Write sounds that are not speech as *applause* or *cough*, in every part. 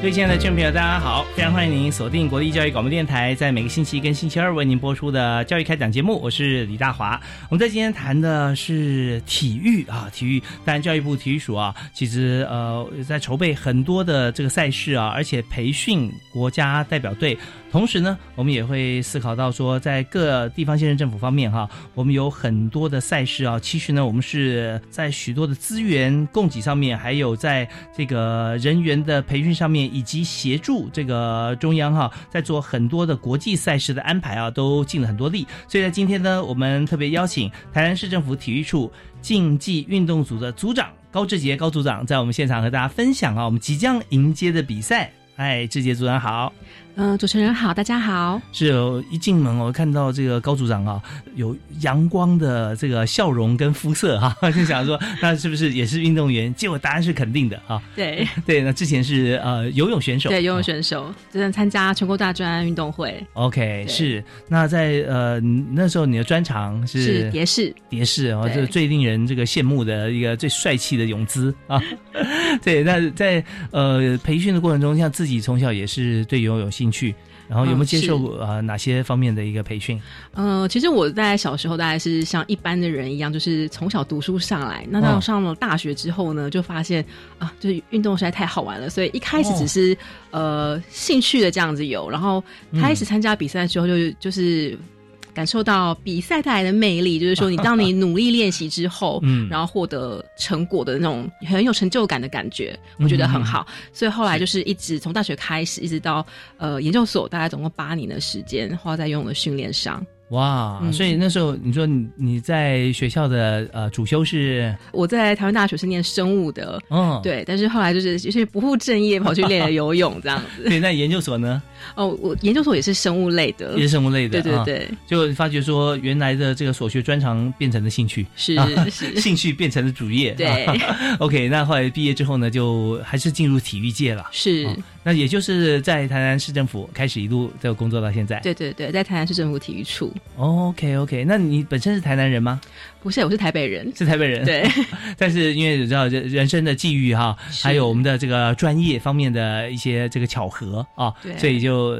各位亲爱的听众朋友，大家好！非常欢迎您锁定国立教育广播电台，在每个星期一跟星期二为您播出的教育开讲节目，我是李大华。我们在今天谈的是体育啊，体育。当然，教育部体育署啊，其实呃在筹备很多的这个赛事啊，而且培训国家代表队。同时呢，我们也会思考到说，在各地方县市政府方面哈、我们有很多的赛事啊。其实呢，我们是在许多的资源供给上面，还有在这个人员的培训上面，以及协助这个中央哈、在做很多的国际赛事的安排啊，都尽了很多力。所以在今天呢，我们特别邀请台南市政府体育处竞技运动组的组长高志杰高组长，在我们现场和大家分享啊，我们即将迎接的比赛。哎，志杰组长好。嗯、主持人好，大家好。是哦一进门我看到这个高组长啊，有阳光的这个笑容跟肤色哈、 *laughs* 就想说那是不是也是运动员？结果答案是肯定的啊。对对，那之前是呃游泳选手，对，游泳选手，真的参加全国大专运动会 OK，对是那在呃那时候你的专长是是蝶式，蝶式啊，对这最令人这个羡慕的一个最帅气的泳姿 *laughs* 啊。对，那在呃培训的过程中，像自己从小也是对游泳有兴趣，然后有没有嗯接是受过、呃哪些方面的一个培训？嗯、其实我在小时候大概是像一般的人一样，就是从小读书上来。那到嗯上了大学之后呢，就发现啊，就是运动实在太好玩了，所以一开始哦只是、呃兴趣的这样子游，然后嗯开始参加比赛之后就，就是感受到比赛带来的魅力，就是说你当你努力练习之后， *laughs* 嗯然后获得成果的那种很有成就感的感觉，我觉得很嗯好。所以后来就是一直从大学开始，一直到呃研究所，大概总共八年的时间花在游泳的训练上。哇，嗯所以那时候你说你你在学校的呃主修是我在台湾大学是念生物的，嗯对，但是后来就是就是不务正业，跑去练了游泳这样 *laughs* 子。对，那研究所呢哦，我研究所也是生物类的也，是生物类的，对呃对啊，对，就发觉说原来的这个所学专长变成了兴 *laughs* 趣，是 *laughs* 是，兴趣变成了主业，对啊 OK，那后来毕业之后呢，就还是进入体育界了。是哦，那也就是在台南市政府开始一路都工作到现在。对对对，在台南市政府体育处。 ，OK OK，那你本身是台南人吗？不是，我是台北 *laughs* 人。是台北人。对，但是因为你知道人人生的际遇哈，是还有我们的这个专业方面的一些这个巧合啊，对所以就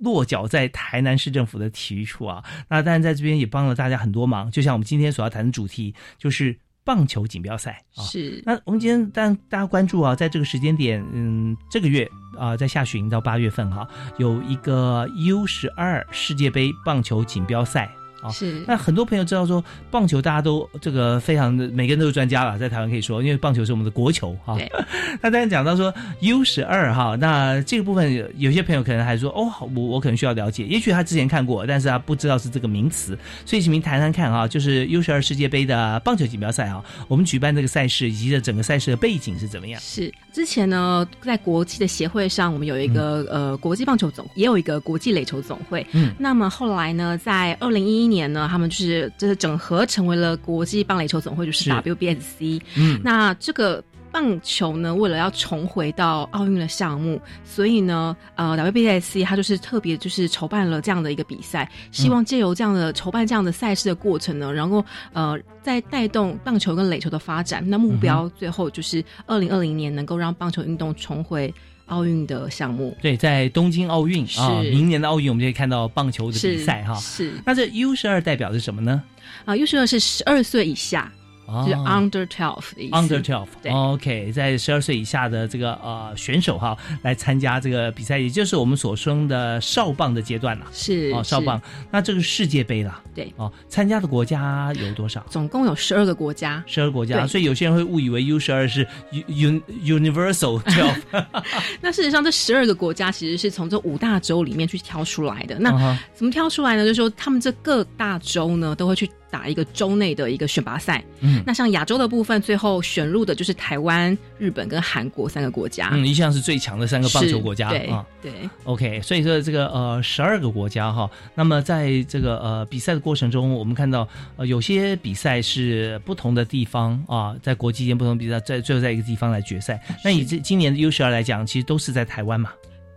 落脚在台南市政府的体育处啊。那当然在这边也帮了大家很多忙，就像我们今天所要谈的主题就是棒球锦标赛啊。是那我们今天但大家关注啊，在这个时间点，嗯，这个月啊、在下旬到八月份哈、有一个 U 十二世界杯棒球锦标赛啊，是那很多朋友知道说，棒球大家都这个非常的，每个人都是专家了，在台湾可以说，因为棒球是我们的国球哈对。 *laughs* 那当然讲到说 U 十二哈，那这个部分有有些朋友可能还说，哦，好我我可能需要了解，也许他之前看过，但是他不知道是这个名词，所以请您谈谈看啊，就是 U 十二世界杯的棒球锦标赛啊，我们举办这个赛事以及这整个赛事的背景是怎么样？是，之前呢，在国际的协会上，我们有一个、呃国际棒球总，也有一个国际垒球总会。嗯那么后来呢，在二零一一年呢，他们就是就是整合成为了国际棒垒球总会，就是是 WBSC。嗯，那这个棒球呢，为了要重回到奥运的项目，所以呢，呃，WBSC 它就是特别就是筹办了这样的一个比赛，希望借由这样的筹办这样的赛事的过程呢，然后呃，再带动棒球跟垒球的发展。那目嗯标最后就是二零二零年能够让棒球运动重回奥运的项目。对，在东京奥运啊，是明年的奥运我们就可以看到棒球的比是赛哈。是那这 U 十二代表是什么呢？啊，U 十二是十二岁以下。哦就是 under twelve 的意思。 Under twelve，对 OK，在十二岁以下的这个呃选手哈，来参加这个比赛，也就是我们所称的少棒的阶段啦。是哦，少是棒，那这个世界杯啦，对哦，参加的国家有多少？总共有十二个国家，十二国家，对所以有些人会误以为 U 十二是 U U *laughs* Universal twelve，那事实上这十二个国家其实是从这五大洲里面去挑出来的。那 *laughs* 嗯哼怎么挑出来呢？就是说他们这各大洲呢都会去打一个州内的一个选拔赛。嗯那像亚洲的部分，最后选入的就是台湾、日本跟韩国三个国家。嗯，一向是最强的三个棒球国家是对、啊。对， OK，所以说这个呃十二个国家哈，那么在这个呃比赛的过程中，我们看到呃有些比赛是不同的地方啊，在国际间不同比赛，在最后在一个地方来决赛。那以这今年的 U 十二来讲，其实都是在台湾嘛。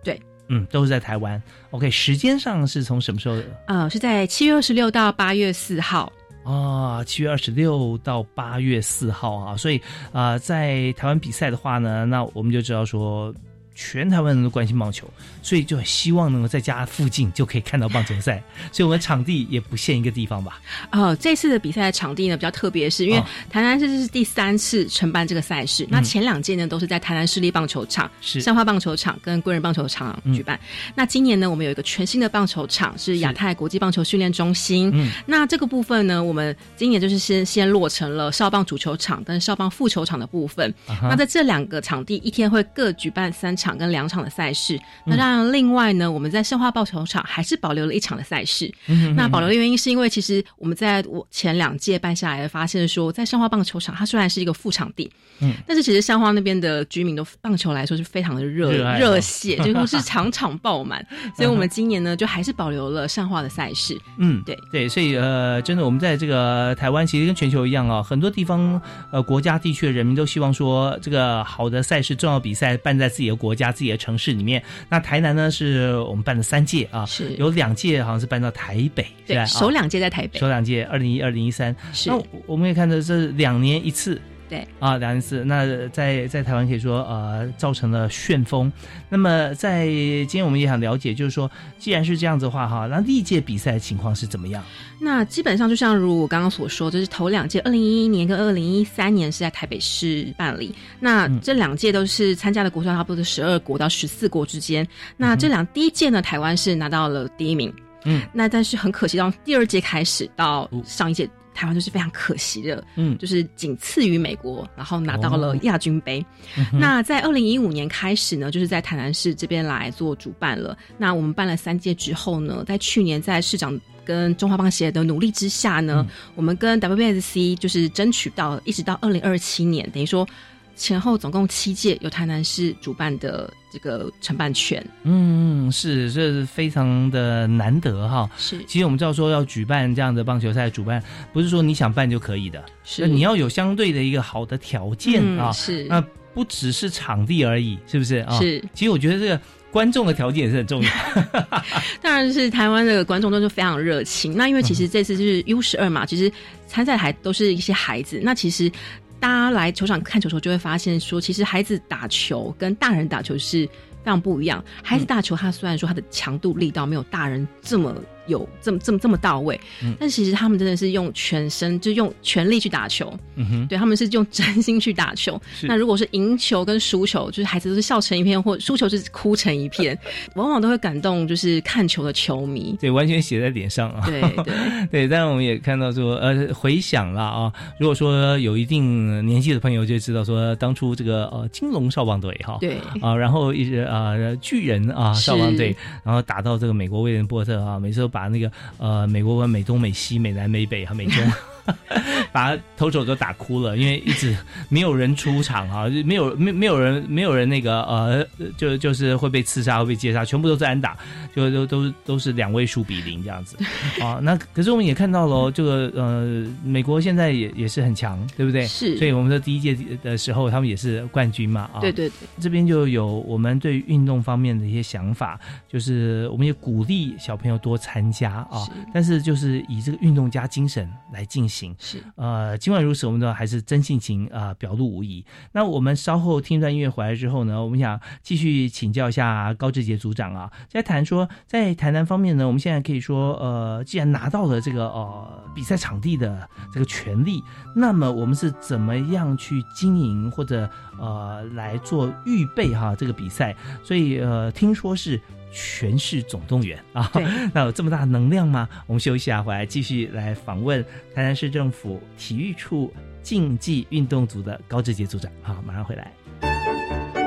对，嗯，都是在台湾。OK，时间上是从什么时候？呃，是在七月二十六到八月四号。啊，七月二十六到八月四号啊，所以啊、呃在台湾比赛的话呢，那我们就知道说，全台湾人都关心棒球，所以就很希望能够在家附近就可以看到棒球赛， *laughs* 所以我们场地也不限一个地方吧？呃，这次的比赛的场地呢比较特别，是因为哦台南市这是第三次承办这个赛事，那前两届呢都是在台南市立棒球场、嗯是嗯上花棒球场跟贵人棒球场举办。那今年呢，我们有一个全新的棒球场，是亚太国际棒球训练中心。嗯那这个部分呢，我们今年就是先先落成了少棒主球场跟少棒副球场的部分。啊哈那在这两个场地，一天会各举办三场跟两场的赛嗯事。那当然，另外呢，我们在圣化棒球场还是保留了一场的赛事。嗯那保留的原因是因为，其实我们在我前两届办下来，发现说，在圣化棒球场，它虽然是一个副场地，嗯，但是其实圣化那边的居民都棒球来说是非常的热热爱哦热血，*laughs* 几乎是场场爆满。所以我们今年呢，就还是保留了上化的赛事。嗯，对对，所以呃，真的，我们在这个台湾其实跟全球一样啊、很多地方呃国家地区的人民都希望说，这个好的赛事、重要比赛办在自己的国家、自己的城市里面。那台南呢，是我们办了三届啊，是有两届好像是搬到台北，是吧对，啊首两届在台北首，两届，二零一、二零一三。是那我我们也看到这是两年一次，对啊，两年一次。那在在台湾可以说呃造成了旋风。那么在今天我们也想了解，就是说既然是这样子的话哈，那历届比赛的情况是怎么样？那基本上就像如我刚刚所说，就是头两届，二零一一年跟二零一三年是在台北市办理。那嗯这两届都是参加的国家差不多十二国到十四国之间。那这两第一届呢，台湾是拿到了第一名。嗯，那但是很可惜，到第二届开始到上一届，台湾就是非常可惜的，嗯就是仅次于美国，然后拿到了哦亚军杯。那在二零一五年开始呢，就是在台南市这边来做主办了。那我们办了三届之后呢，在去年在市长跟中华棒协的努力之下呢，嗯我们跟 WBSC 就是争取到一直到二零二七年，等于说前后总共七届由台南市主办的这个承办权嗯，是，这是非常的难得哈。是其实我们知道说要举办这样的棒球赛，主办不是说你想办就可以的，是那你要有相对的一个好的条件嗯啊。是那不只是场地而已，是不是啊？是其实我觉得这个观众的条件也是很 *laughs* 重要。当然是台湾的观众都是非常热情。那因为其实这次就是嗯 U 十二嘛，其实参赛还都是一些孩子。那其实大家来球场看球的时候，就会发现说，其实孩子打球跟大人打球是非常不一样。孩子打球，他虽然说他的强度力道没有大人这么。有这么这么这么到位，嗯但其实他们真的是用全身，就用全力去打球，嗯哼，对他们是用真心去打球。是那如果是赢球跟输球，就是孩子都是笑成一片，或输球是哭成 *laughs* 一片，往往都会感动，就是看球的球迷。对，完全写在脸上啊。 *laughs* 对对，对，但我们也看到说，呃，回想了啊，如果说有一定年纪的朋友就知道说，当初这个呃金龙少棒队哈，对 *laughs* 啊，然后一直啊、呃巨人啊是少棒队，然后打到这个美国威廉波特啊，每次都把那个呃美国和美东、美西、美南、美北和啊美中。 *laughs* 把投手都打哭了，因为一直没有人出场啊，就没有没没有人没有人那个呃，就就是会被刺杀会被接杀，全部都是安打，就都都都是两位数比零这样子 *laughs* 啊。那可是我们也看到了哦，这个呃，美国现在也也是很强，对不对？是所以我哦们说第一届的时候，他们也是冠军嘛啊。对对对，这边就有我们对于运动方面的一些想法，就是我们也鼓励小朋友多参加啊是，但是就是以这个运动家精神来进行。是呃，尽管如此，我们都还是真性情啊、呃表露无遗。那我们稍后听一段音乐回来之后呢，我们想继续请教一下高志杰组长啊，在谈说在台南方面呢，我们现在可以说，呃，既然拿到了这个呃比赛场地的这个权利，那么我们是怎么样去经营或者呃来做预备哈这个比赛？所以呃，听说是。全市总动员啊！ *laughs* 对，那有这么大的能量吗？我们休息啊，回来继续来访问台南市政府体育处竞技运动组的高志杰组长。好，马上回来。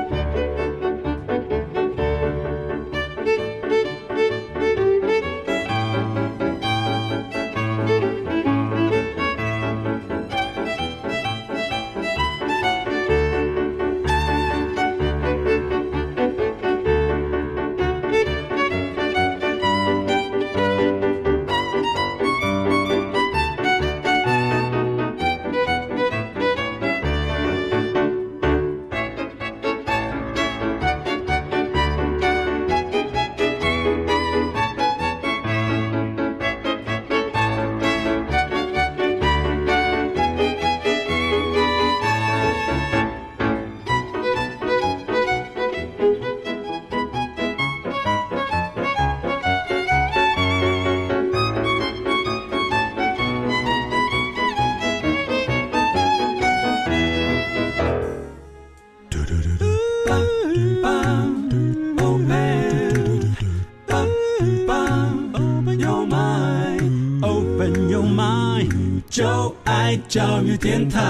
Open your mind, open your mind，就爱教育电台。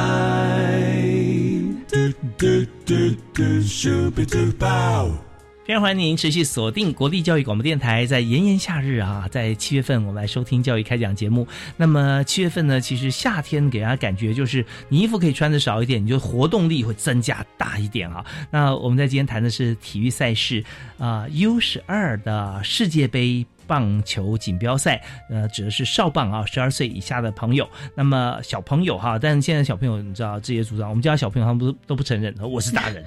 嘟嘟嘟嘟，Super Duper。非常欢迎您持续锁定国立教育广播电台，在炎炎夏日啊，在七月份我们来收听教育开讲节目。那么七月份呢，其实夏天给大家感觉就是你衣服可以穿的少一点，你就活动力会增加大一点啊。那我们在今天谈的是体育赛事啊、u 十二的世界杯。棒球锦标赛，呃，指的是少棒啊，十二岁以下的朋友。那么小朋友哈，但是现在小朋友你知道，这些组长，我们家小朋友他们不都不承认， *laughs* 我是大人。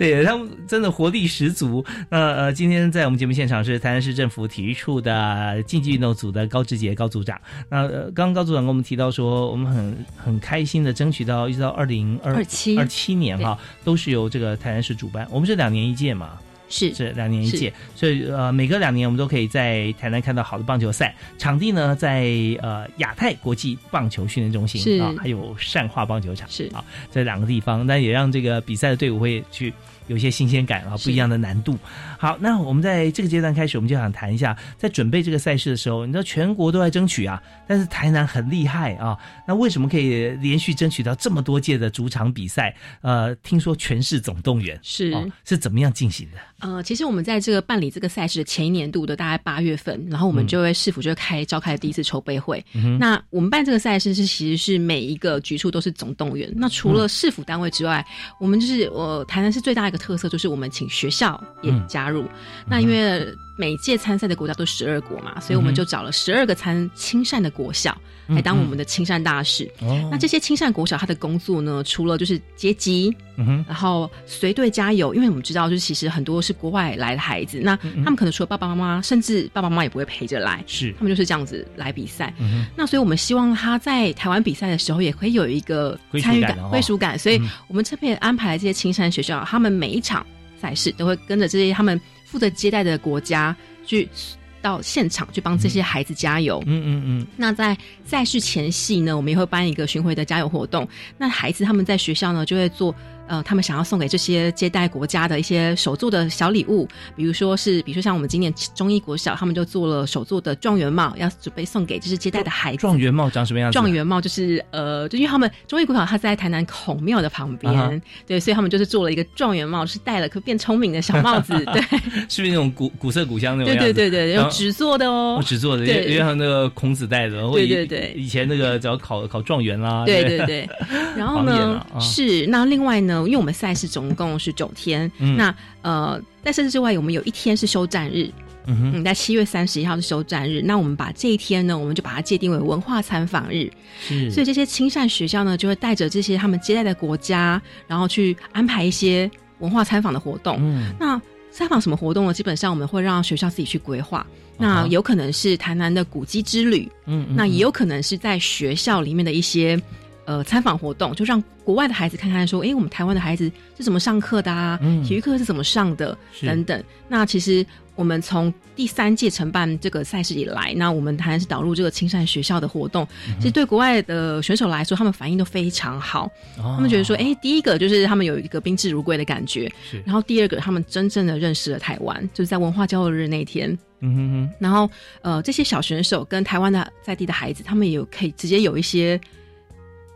对他们真的活力十足。那呃，今天在我们节目现场是台南市政府体育处的竞技运动组的高志杰高组长。那呃，刚刚高组长跟我们提到说，我们很很开心的争取到一直到二零二27二七年哈，都是由这个台南市主办。我们是两年一届嘛，是是两年一届，所以呃，每隔两年我们都可以在台南看到好的棒球赛。场地呢，在呃亚太国际棒球训练中心是啊，还有善化棒球场是啊，这两个地方，那也让这个比赛的队伍会去有一些新鲜感啊，是不一样的难度。好，那我们在这个阶段开始，我们就想谈一下，在准备这个赛事的时候，你知道全国都在争取啊，但是台南很厉害啊，那为什么可以连续争取到这么多届的主场比赛？呃，听说全市总动员。是哦，是怎么样进行的？呃，其实我们在这个办理这个赛事的前一年度的大概八月份，然后我嗯们就会市府就会开召开第一次筹备会。那我们办这个赛事是其实是每一个局处都是总动员。那嗯除了市府单位之外，我们就是我、呃台南市最大一个特色就是我们请学校也嗯加入。那因为每届参赛的国家都十二国嘛，所以我嗯们哼嗯就找了十二个参亲善的国校来当我们的亲善大使。哦那这些亲善国小，他的工作呢，除了就是接机，嗯哼，然后随队加油，因为我们知道，就是其实很多是国外来的孩子，嗯那他们可能除了爸爸妈妈，甚至爸爸妈妈也不会陪着来，是他，们就是这样子来比赛。嗯哼，那所以我们希望他在台湾比赛的时候，也可以有一个归属参与感感哦、归属感。所以嗯我们这边也安排了这些青山学校，他们每一场赛事都会跟着这些他们负责接待的国家去到现场去帮这些孩子加油。嗯嗯那在赛事前夕呢，我们也会办一个巡回的加油活动。那孩子他们在学校呢，就会做呃，他们想要送给这些接待国家的一些手做的小礼物，比如说是，比如说像我们今年中医国小，他们就做了手做的状元帽，要准备送给就是接待的孩嗯，子。啊状元帽长什么样子？状元帽就是呃，就因为他们中医国小，它在台南孔庙的旁边，啊哈 *laughs* 对，所以他们就是做了一个状元帽，就是戴了可变聪明的小帽子，对， *laughs* 是不是那种古古色古香那种对样子？对对对，然后有纸做的哦我，只做的，因对为像那个孔子带的，然后对以对对以前那个只要考考状元啦，对 *laughs* 对对，然后好演呢了、啊是那另外呢，因为我们赛事总共是九天，嗯那呃在赛事之外，我们有一天是休战日，嗯哼，嗯，在七月三十一号是休战日，那我们把这一天呢，我们就把它界定为文化参访日，是，嗯所以这些亲善学校呢，就会带着这些他们接待的国家，然后去安排一些文化参访的活动，嗯那。参访什么活动呢？基本上我们会让学校自己去规啊划。那有可能是台南的古迹之旅，嗯，嗯那嗯也有可能是在学校里面的一些呃参访活动，就让国外的孩子看看说，诶，我们台湾的孩子是怎么上课的啊？嗯体育课是怎么上的？是等等。那其实我们从第三届承办这个赛事以来，那我们台南是导入这个青善学校的活动，嗯其实对国外的选手来说，他们反应都非常好。哦他们觉得说，哎诶，第一个就是他们有一个宾至如归的感觉是，然后第二个他们真正的认识了台湾，就是在文化交流日那一天。嗯哼哼，然后呃，这些小选手跟台湾的在地的孩子，他们也有可以直接有一些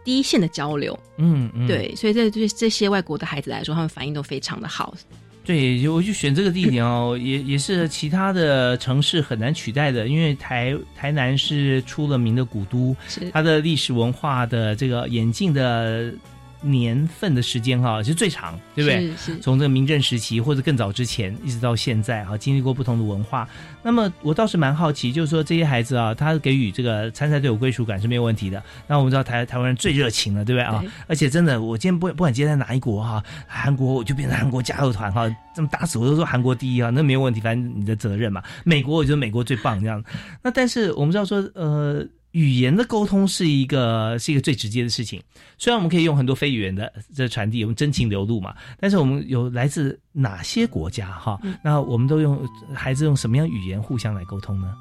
第一线的交流，嗯嗯，对，所以这对这些外国的孩子来说，他们反应都非常的好，对，就我就选这个地点哦，也也是其他的城市很难取代的，因为台台南是出了名的古都，是它的历史文化的这个演进的年份的时间哈、是最长，对不对？是是从这个明郑时期或者更早之前，一直到现在哈、经历过不同的文化。那么我倒是蛮好奇，就是说这些孩子啊，他给予这个参赛队伍归属感是没有问题的。那我们知道台台湾人最热情了，对不对啊对？而且真的，我今天不不管今天在哪一国哈、韩国我就变成韩国加油团哈、这么打死我都说韩国第一啊，那没有问题，反正你的责任嘛。美国我觉得美国最棒这样。那但是我们知道说，呃，语言的沟通是一个是一个最直接的事情。虽然我们可以用很多非语言的这传递，我们真情流露嘛，但是我们有来自哪些国家哈？嗯那我们都用孩子用什么样语言互相来沟通呢？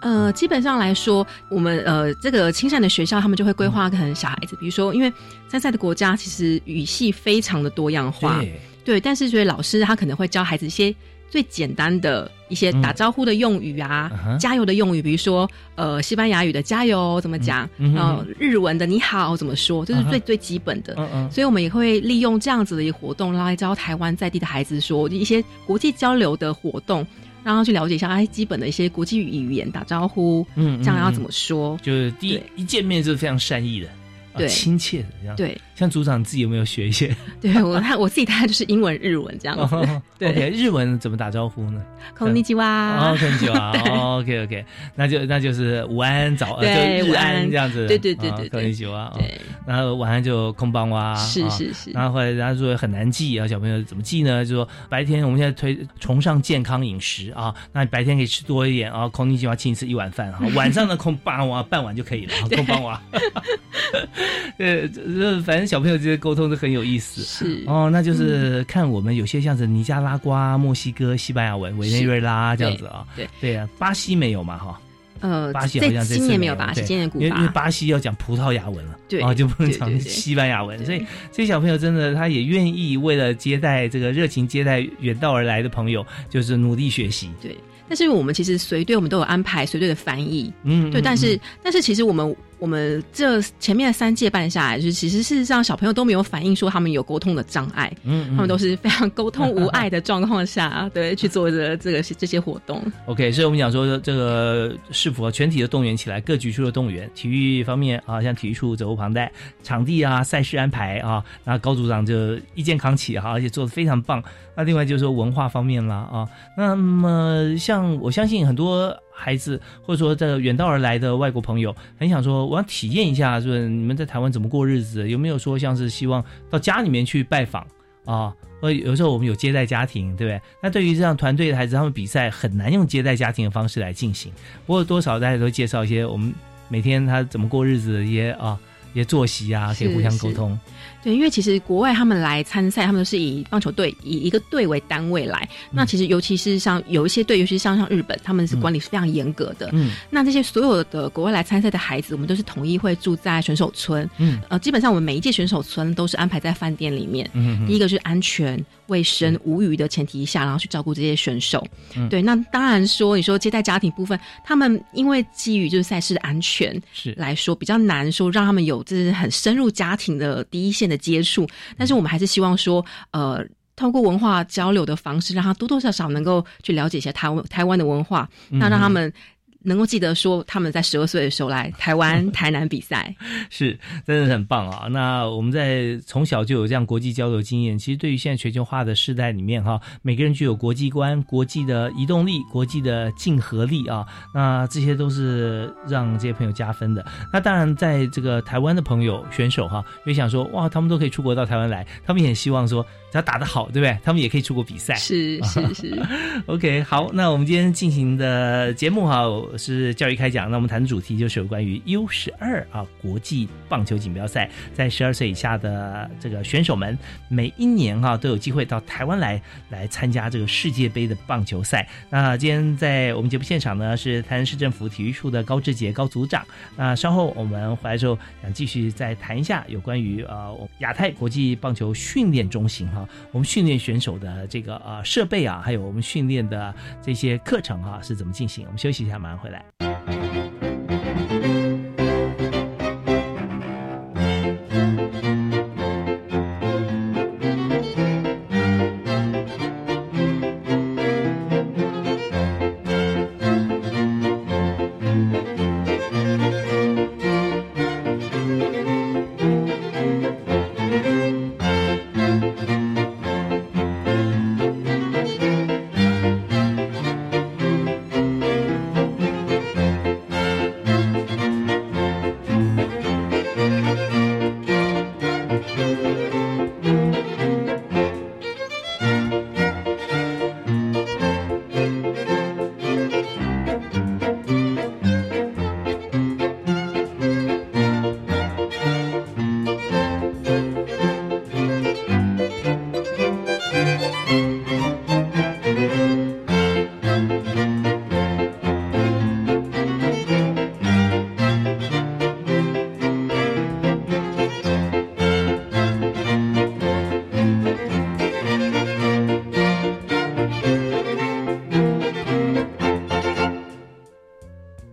呃，基本上来说，我们呃这个青善的学校，他们就会规划可能小孩子，比如说，因为参赛的国家其实语系非常的多样化，对，对，但是所以老师他可能会教孩子一些最简单的一些打招呼的用语啊，嗯嗯嗯哼加油的用语，比如说呃西班牙语的加油怎么讲，嗯嗯呃日文的你好怎么说，这是嗯哼最、最基本的。嗯嗯，所以，我们也会利用这样子的一个活动，来教台湾在地的孩子说一些国际交流的活动，让他去了解一下哎基本的一些国际语言打招呼，嗯这样要嗯怎么说？就是第一对一见面就是非常善意的，啊对亲切的这样。，对像组长自己有没有学一些？对，我 *laughs* 看我自己大概就是英文、日文 *laughs* 这哦样子。对 o k 日文怎么打招呼呢？空尼基哇哦，，很久 *laughs* 啊，OK OK，那就那就是午安早，对呃就日午安安这样子，对对对对对可以久啊，哦对，然后晚上就空邦哇，是啊是是然后后来人家说很难记啊，小朋友怎么记呢？就说白天我们现在推崇尚健康饮食啊，那白天可以吃多一点啊，空地计划请你吃一碗饭 *laughs* 啊，晚上呢空八碗半碗就可以了，啊空八 *laughs* 碗。呃，这这反正小朋友之间沟通是很有意思。是哦，那嗯就是看我们有些像是尼加拉瓜、墨西哥、西班牙文、委内瑞拉这样子啊，对对呀，巴西没有嘛哈，呃，巴西好这像这今次年没没有巴西，对今年古因为因为巴巴西要讲葡萄牙文了，对啊，就不能对对讲对西班牙文，对所以这些小朋友真的他也愿意为了接待这个热情接待远道而来的朋友，就是努力学习，对。但是我们其实随队，我们都有安排随队的翻译，嗯，对。嗯但是嗯但是其实我们我们这前面的三届办下来，就是其实事实上小朋友都没有反映说他们有沟通的障碍，嗯，他们都是非常沟通无 *laughs* 碍的状况下，对去做着这个这些活动。 OK，所以我们讲说这个是否全体的动员起来，各局处的动员，体育方面啊，像体育处责无旁贷，场地啊、赛事安排啊，那高组长就一肩扛起哈、而且做的非常棒。那啊另外就是说文化方面啦啊，那么像我相信很多孩子或者说这个远道而来的外国朋友，很想说我要体验一下，就是你们在台湾怎么过日子，有没有说像是希望到家里面去拜访啊？或者有时候我们有接待家庭，对不对？那对于这样团队的孩子，他们比赛很难用接待家庭的方式来进行。不过多少大家都介绍一些我们每天他怎么过日子的一些啊。一些作息啊，可以互相沟通。对，因为其实国外他们来参赛，他们都是以棒球队以一个队为单位来。嗯那其实尤其是像有一些队，尤其是像像日本，他们是管理是非常严格的。嗯那这些所有的国外来参赛的孩子，我们都是统一会住在选手村。嗯呃，基本上我们每一届选手村都是安排在饭店里面。嗯第一个是安全、卫生、无虞的前提下，然后去照顾这些选手。嗯对，那当然说，你说接待家庭部分，他们因为基于就是赛事的安全，是来说比较难说让他们有就是很深入家庭的第一线的接触，但是我们还是希望说，呃，透过文化嗯交流的方式，让他多多少少能够去了解一下台湾台湾的文化，那让他们能够记得说他们在十二岁的时候来 *laughs* 台湾、台南比赛。是，真的很棒啊！那我们在从小就有这样国际交流经验，其实对于现在全球化的时代里面哈，每个人具有国际观、国际的移动力、国际的竞合力啊，那这些都是让这些朋友加分的。那当然，在这个台湾的朋友选手哈，也想说哇，他们都可以出国到台湾来，他们也希望说只要打得好，对不对？他们也可以出国比赛。是是 *laughs* 是， OK，好，那我们今天进行的节目哈我是教育开讲，那我们谈的主题就是有关于 U 十二啊国际棒球锦标赛，在十二岁以下的这个选手们，每一年哈、都有机会到台湾来来参加这个世界杯的棒球赛。那今天在我们节目现场呢是台南市政府体育处的高志杰高组长。那稍后我们回来之后想继续再谈一下有关于呃我们亚太国际棒球训练中心哈、我们训练选手的这个呃设备啊，还有我们训练的这些课程哈、是怎么进行？我们休息一下，马上回来。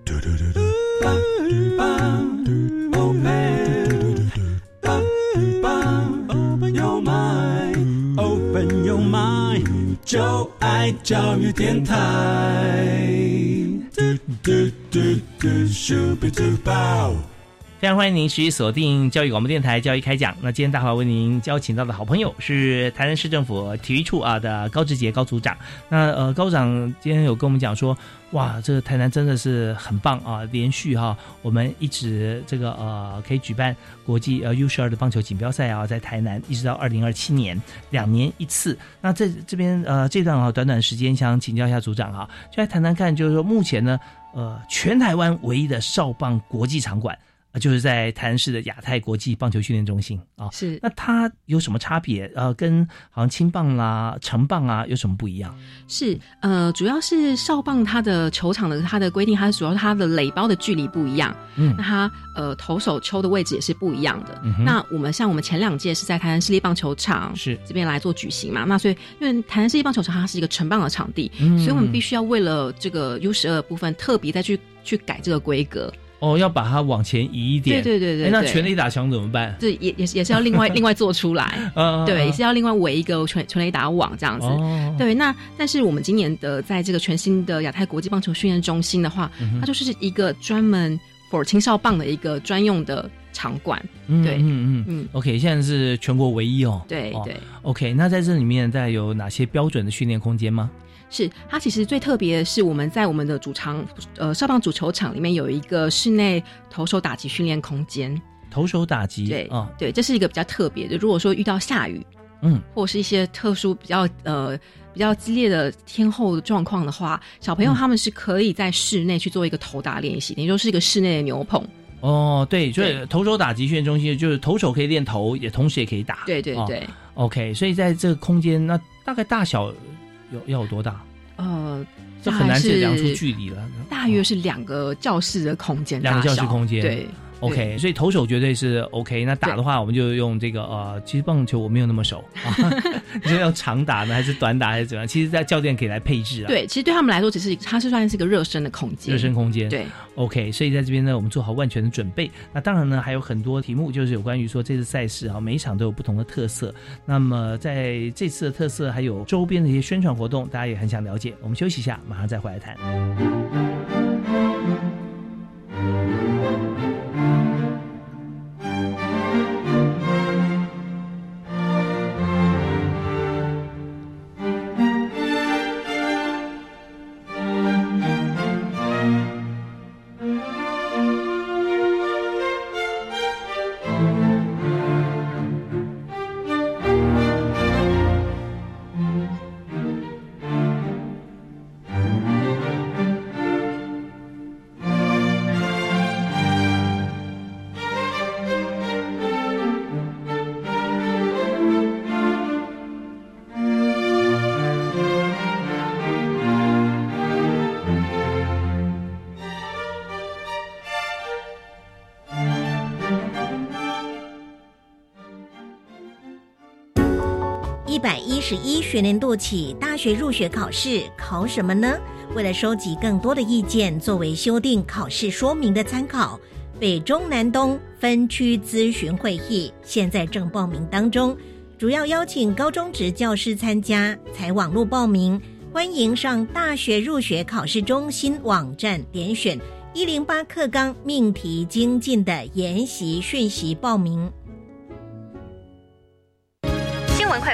Do do do do ba do ba do oh man ba do ba open your mind open your mind 就爱教育电台 do do do do shoo do ba 非常欢迎您持续锁定教育广播电台教育开讲。那今天大华为您邀请到的好朋友是台南市政府体育处啊的高志杰高组长。那呃高组长今天有跟我们讲说，哇，这个台南真的是很棒啊，连续哈、我们一直这个呃可以举办国际呃 U 十二的棒球锦标赛啊，在台南一直到二零二七年，两年一次。那这这边呃这段啊短短时间想请教一下组长啊，就来谈谈看，就是说目前呢呃全台湾唯一的少棒国际场馆。啊，就是在台南市的亚太国际棒球训练中心啊。是那它有什么差别？呃，跟好像青棒啦、成棒啊有什么不一样？是，呃，主要是少棒它的球场的它的规定，它主要是它的垒包的距离不一样，嗯那它呃投手抽的位置也是不一样的。嗯哼那我们像我们前两届是在台南市立棒球场是这边来做举行嘛，那所以因为台南市立棒球场它是一个成棒的场地，嗯所以我们必须要为了这个 U 十二部分特别再去去改这个规格。哦，要把它往前移一点。对对对哎对，那对全力打墙怎么办？这也也是也是要另 *laughs* 外另外做出来，呃，对，也一是要另外围一个全全垒打网这样子。哦，对，那但是我们今年的在这个全新的亚太国际棒球训练中心的话，嗯哼它就是一个专门 for 青少棒的一个专用的场馆。嗯对嗯嗯。嗯， OK，现在是全国唯一哦。对哦对， OK，那在这里面大概有哪些标准的训练空间吗？是它其实最特别的是我们在我们的主场呃少棒主球场里面有一个室内投手打击训练空间。投手打击，对啊，对，这是一个比较特别的。如果说遇到下雨嗯，或是一些特殊比较呃比较激烈的天候的状况的话，小朋友嗯他们是可以在室内去做一个投打练习，也就是一个室内的牛棚。哦，对，所以对投手打击训练中心就是投手可以练投，也同时也可以打。对对哦对， OK，所以在这个空间，那大概大小有要有多大？呃，这很难大概去是量出距离了。大约是两个教室的空间大两小，个教室空间对 OK，所以投手绝对是 OK。那打的话，我们就用这个呃，其实棒球我没有那么熟 *laughs* 啊，你是要长打呢，还是短打，还是怎么样？其实，在教练可以来配置啊，，对，其实对他们来说，只是它是算是一个热身的空间，热身空间。对 OK，所以在这边呢，我们做好万全的准备。那当然呢，还有很多题目，就是有关于说这次赛事啊，每一场都有不同的特色。那么在这次的特色，还有周边的一些宣传活动，大家也很想了解。我们休息一下，马上再回来谈。一百一十一学年度起，大学入学考试考什么呢？为了收集更多的意见，作为修订考试说明的参考，北中南东分区咨询会议现在正报名当中，主要邀请高中职教师参加，采网络报名，欢迎上大学入学考试中心网站点选一零八课纲命题精进的研习讯息报名。新闻快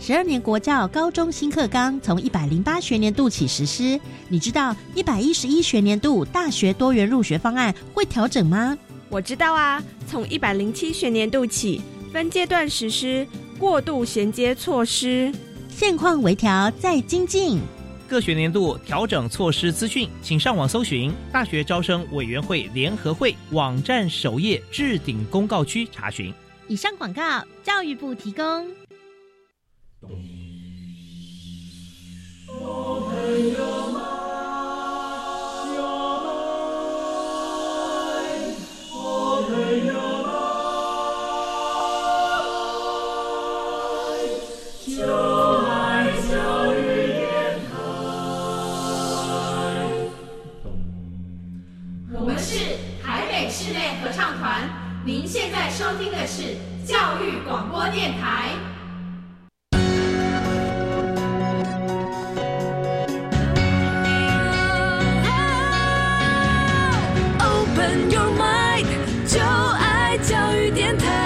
十二年国教高中新课纲从一百零八学年度起实施。你知道一百一十一学年度大学多元入学方案会调整吗？我知道啊，从一百零七学年度起，分阶段实施过渡衔接措施，现况微调再精进。各学年度调整措施资讯，请上网搜寻大学招生委员会联合会网站首页置顶公告区查询。以上广告，教育部提供。我们是台北室内合唱团，您现在收听的是教育广播电台。 Open your mind，就爱教育电台。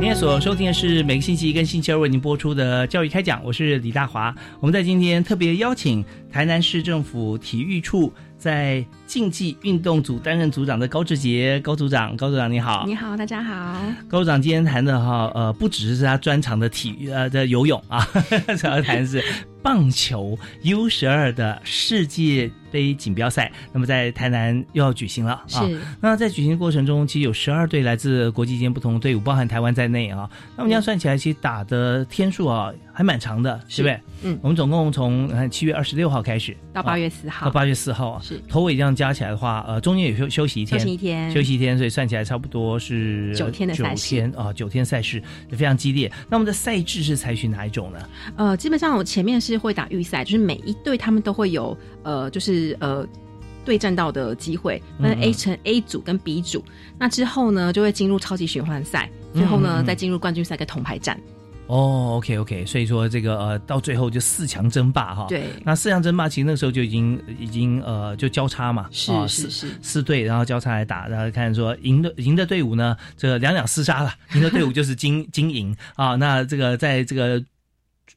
您所收听的是每个星期一跟星期二为您播出的教育开讲，我是李大华。我们在今天特别邀请台南市政府体育处在竞技运动组担任组长的高志杰高组长，高组长你好，你好，大家好。高组长今天谈的哈，呃，不只是他专长的体育呃的游泳啊， *laughs* 主要谈的是棒球 U 十二的世界杯锦标赛，那么在台南又要举行了啊。是嗯那在举行的过程中，其实有十二队来自国际间不同的队伍，包含台湾在内啊。那么这样算起来，其实打的天数啊还蛮长的，对不对？嗯我们总共从呃七月二十六号开始到啊八月四号到，八月四号啊，是头尾这样加起来的话，呃，中间也休休息一休天，息一天，休息一天，所以算起来差不多是九天的赛事九天啊，九天赛事也非常激烈。那我们的赛制是采取哪一种呢？呃，基本上我前面是会打预赛，就是每一队他们都会有呃，就是呃。对战到的机会分嗯嗯 A 成 A 组跟 B 组，那之后呢就会进入超级循环赛，最后嗯呢嗯嗯再进入冠军赛跟铜牌战。哦，OK OK，所以说这个呃，到最后就四强争霸哈。。对，那四强争霸其实那时候就已经已经呃就交叉嘛，是啊是四是四队，然后交叉来打，然后看说赢的赢的队伍呢，这个两两厮杀了，赢的队伍就是金金银啊。那这个在这个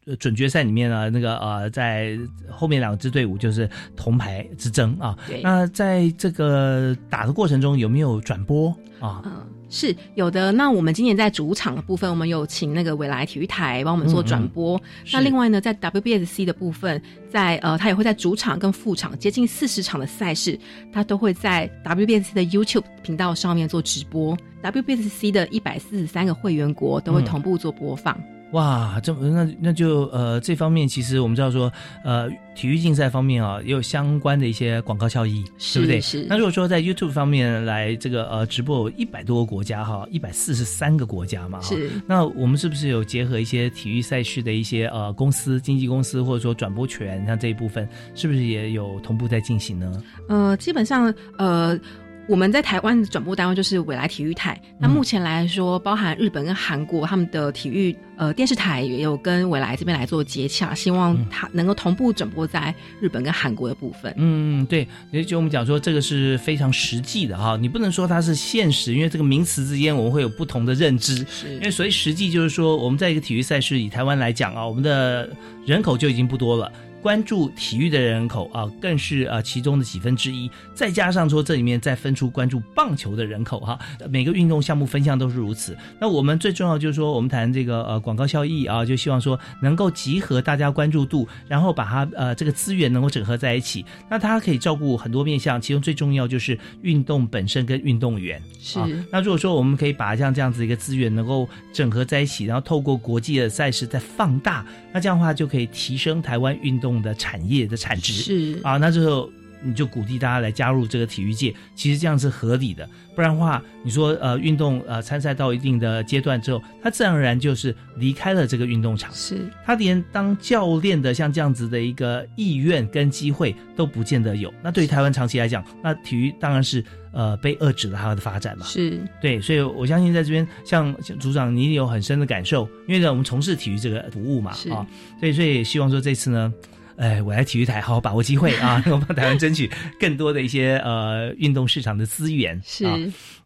呃准决赛里面呢，那个呃，在后面两支队伍就是铜牌之争啊。对那在这个打的过程中有没有转播啊？嗯，是有的。那我们今年在主场的部分，我们有请那个未来体育台帮我们做转播。嗯那是另外呢，在 WBSC 的部分，在呃，它也会在主场跟副场接近四十场的赛事，它都会在 WBSC 的 YouTube 频道上面做直播。WBSC 的一百四十三个会员国都会嗯同步做播放。哇，这那那就呃这方面其实我们知道说，呃体育竞赛方面啊也有相关的一些广告效益，是对不对？是那如果说在 YouTube 方面来这个呃直播有一百多个国家哈，一百四十三个国家嘛，哈是那我们是不是有结合一些体育赛事的一些呃公司、经纪公司，或者说转播权，像这一部分，是不是也有同步在进行呢？呃，基本上呃。我们在台湾的转播单位就是未来体育台。那嗯目前来说，包含日本跟韩国他们的体育呃电视台也有跟未来这边来做接洽，希望嗯它能够同步转播在日本跟韩国的部分。嗯，对，也就我们讲说这个是非常实际的哈，你不能说它是现实，因为这个名词之间我们会有不同的认知。是因为所以实际就是说，我们在一个体育赛事，以台湾来讲啊，我们的人口就已经不多了。关注体育的人口啊，更是啊其中的几分之一。再加上说这里面再分出关注棒球的人口哈、每个运动项目分项都是如此。那我们最重要就是说，我们谈这个呃广告效益啊，就希望说能够集合大家关注度，然后把它呃这个资源能够整合在一起。那它可以照顾很多面向，其中最重要就是运动本身跟运动员。是啊那如果说我们可以把像这样子一个资源能够整合在一起，然后透过国际的赛事再放大，那这样的话就可以提升台湾运动的产业的产值。是啊，那这时候你就鼓励大家来加入这个体育界，其实这样是合理的。不然的话，你说呃运动呃参赛到一定的阶段之后，他自然而然就是离开了这个运动场，是他连当教练的像这样子的一个意愿跟机会都不见得有。那对于台湾长期来讲，那体育当然是呃被遏制了它的发展嘛。是对，所以我相信在这边，像像组长你有很深的感受，因为呢，我们从事体育这个服务嘛，是啊，所以所以希望说这次呢。哎，我来体育台好好把握机会啊， *laughs* 能够帮台湾争取更多的一些呃运动市场的资源。是啊，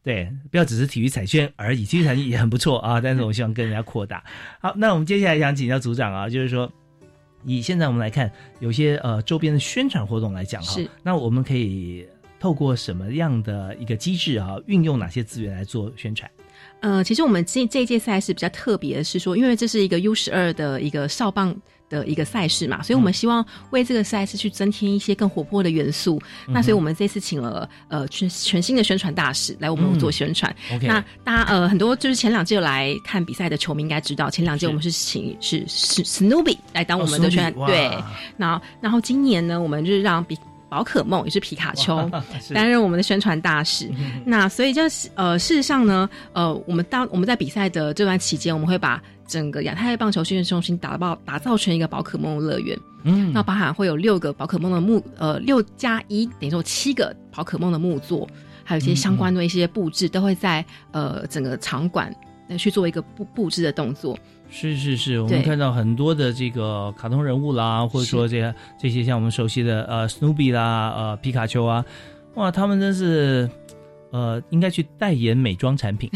对，不要只是体育彩券而已，体育彩券也很不错啊，但是我希望跟人家扩 *laughs* 大。好，那我们接下来想请教组长啊，就是说，以现在我们来看，有些呃周边的宣传活动来讲哈是，那我们可以透过什么样的一个机制啊，运用哪些资源来做宣传？呃，其实我们这这一届赛事比较特别，是说，因为这是一个 U 十二的一个少棒。的一个赛事嘛，所以我们嗯希望为这个赛事去增添一些更活泼的元素。嗯哼那所以我们这次请了呃全全新的宣传大使来我们做宣传。嗯，OK 那哦大家呃很多就是前两届有来看比赛的球迷应该知道，前两届是我们是请是是 Snoopy 来当我们哦的宣传、 Snoopy，哇对。那然后今年呢，我们就是让比宝可梦也是皮卡丘 *laughs* 哇 *laughs* 是担任我们的宣传大使。那所以就是呃，事实上呢，呃，我们当我们在比赛的这段期间，我们会把整个亚太棒球训练中心打造打造成一个宝可梦乐园。嗯那包含会有六个宝可梦的木，呃，六加一等于说七个宝可梦的木座，还有一些相关的一些布置，都会在呃整个场馆来去做一个布布置的动作。是是是，我对们看到很多的这个卡通人物啦，或者说这些这些像我们熟悉的呃 Snoopy 啦，呃皮卡丘啊，哇，他们真是呃应该去代言美妆产 *laughs* 品，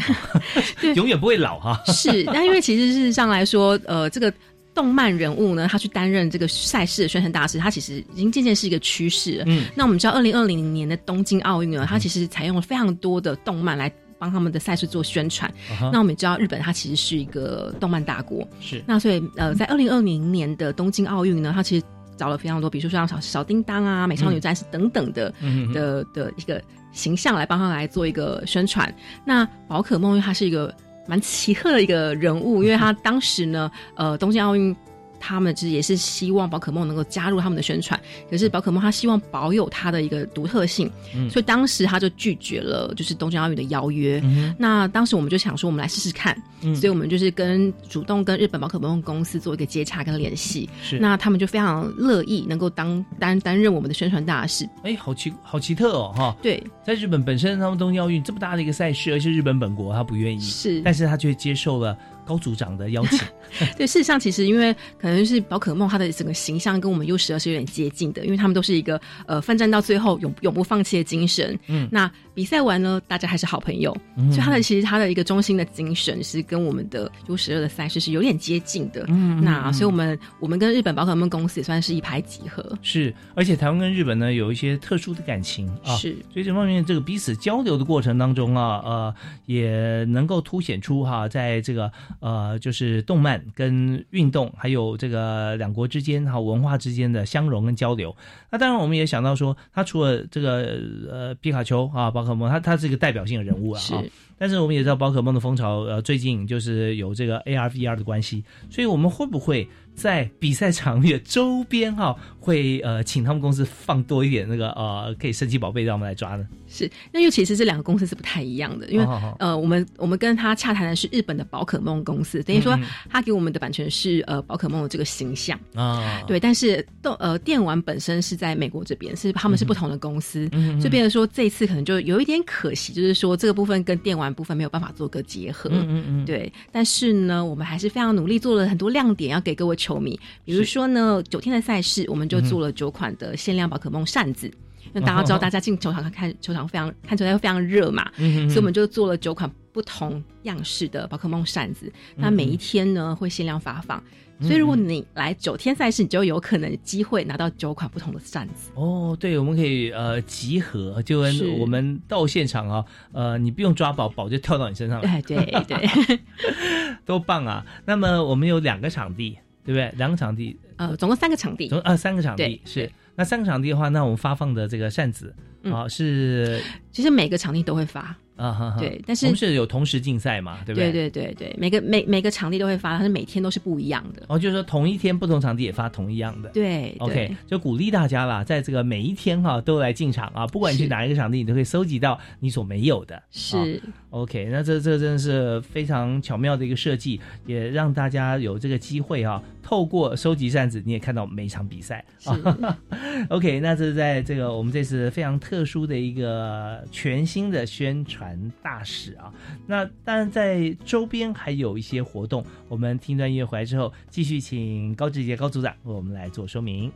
永远不会老哈、是，但因为其实事实上来说，呃，这个动漫人物呢，他去担任这个赛事的宣传大使，他其实已经渐渐是一个趋势了。嗯那我们知道，二零二零年的东京奥运呢，它其实采用了非常多的动漫来。帮他们的赛事做宣传啊哈嗯那我们也知道日本它其实是一个动漫大国，是那所以嗯呃，在二零二零年的东京奥运呢，它其实找了非常多，比如说像小小叮当啊、美少女嗯战士等等的、嗯哼的的一个形象来帮他来做一个宣传。那宝可梦因为它是一个蛮奇特的一个人物，因为他当时呢，呃，东京奥运。他们其实也是希望宝可梦能够加入他们的宣传，可是宝可梦它希望保有它的一个独特性，嗯所以当时他就拒绝了就是东京奥运的邀约。嗯哼那当时我们就想说，我们来试试看，嗯所以我们就是跟主动跟日本宝可梦公司做一个接洽跟联系。是那他们就非常乐意能够当担担任我们的宣传大使。哎，好奇好奇特哦，哈。对，在日本本身，他们东京奥运这么大的一个赛事，而且日本本国他不愿意，是嗯但是他却接受了高组长的 *laughs* 邀请，对，事实上，其实因为可能是宝可梦它的整个形象跟我们 U 十二是有点接近的，因为他们都是一个呃奋战到最后永永不放弃的精神。嗯那比赛完呢，大家还是好朋友，嗯所以它的其实它的一个中心的精神是跟我们的 U 十二的赛事是有点接近的。嗯嗯那嗯所以我们我们跟日本宝可梦公司也算是一拍即合。是，而且台湾跟日本呢有一些特殊的感情啊，是，所以这方面这个彼此交流的过程当中啊，呃，也能够凸显出哈、在这个呃，就是动漫跟运动，还有这个两国之间哈、文化之间的相融跟交流。那当然，我们也想到说，他除了这个呃皮卡丘啊、宝可梦，他他是一个代表性的人物啊。是啊但是我们也知道宝可梦的风潮，呃，最近就是有这个 AR、VR 的关系，所以我们会不会在比赛场域的周边哈、会呃请他们公司放多一点那个呃可以神奇宝贝让我们来抓呢？是，那因为其实这两个公司是不太一样的，因为、哦哦呃，我们我们跟他洽谈的是日本的宝可梦公司，等于说嗯嗯他给我们的版权是呃宝可梦的这个形象。啊，对，但是动呃电玩本身是在美国这边，是他们是不同的公司，嗯哼就变成说这一次可能就有一点可惜，就是说这个部分跟电玩部分没有办法做个结合。嗯嗯嗯对，但是呢，我们还是非常努力做了很多亮点要给各位球迷，比如是说呢，九天的赛事我们就嗯哼哦做了九款的限量宝可梦扇子。那大家知道，大家进球场看球场非常看球赛会非常热嘛，嗯哼哼所以我们就做了九款不同样式的宝可梦扇子。嗯那每一天呢会限量发放，所以如果你来九天赛事，你就有可能机会拿到九款不同的扇子。哦，对，我们可以呃集合，就跟是我们到现场啊、呃，你不用抓宝，宝就跳到你身上来， *laughs* 哎，对对， *laughs* 多棒啊！那么我们有两个场地，对不对？两个场地，呃，总共三个场地总，呃三个场地对是。那三个场地的话，那我们发放的这个扇子嗯啊、是其实每个场地都会发。啊哈哈，对但是我们是有同时竞赛嘛，对不对对对对对，每个每每个场地都会发，但是每天都是不一样的。哦，就是说同一天不同场地也发同一样的。对 o 对 k 就鼓励大家啦，在这个每一天哈、都来进场啊，不管你去哪一个场地，你都可以搜集到你所没有的。啊是， OK，那这这真的是非常巧妙的一个设计，也让大家有这个机会啊，透过收集扇子，你也看到每一场比赛啊。OK，那 *laughs* 这是在这个我们这次非常特殊的一个全新的宣传大使啊。那当然在周边还有一些活动，我们听段音乐回来之后，继续请高志杰高组长为我们来做说明。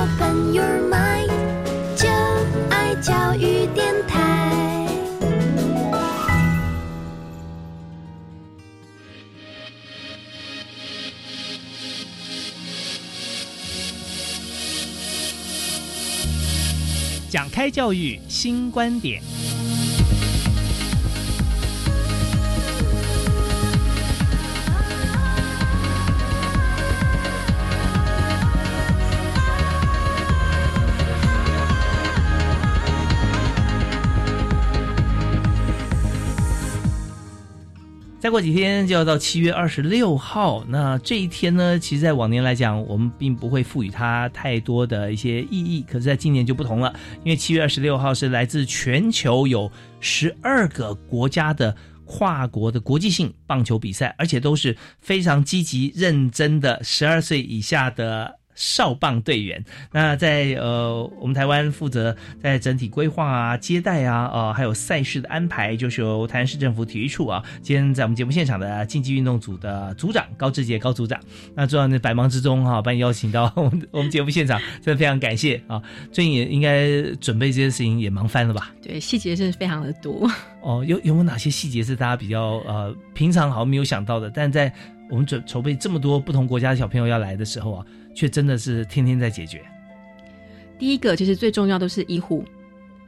Open your mind，就爱教育电台。讲开教育新观点。再过几天就要到七月二十六号，那这一天呢，其实，在往年来讲，我们并不会赋予它太多的一些意义，可是，在今年就不同了，因为七月二十六号是来自全球有十二个国家的。跨国的国际性棒球比赛，而且都是非常积极认真的十二岁以下的少棒队员。那在呃，我们台湾负责在整体规划啊、接待啊、呃，还有赛事的安排，就是由台南市政府体育处啊，今天在我们节目现场的竞技运动组的组长高志杰高组长，那重要的百忙之中哈、把你邀请到我们我们节目现场，真的非常感谢啊！最近也应该准备这些事情也忙翻了吧？对，细节是非常的多。哦，有有没有哪些细节是大家比较呃平常好像没有想到的，但在我们准筹备这么多不同国家的小朋友要来的时候啊，却真的是天天在解决第一个就是最重要的是医护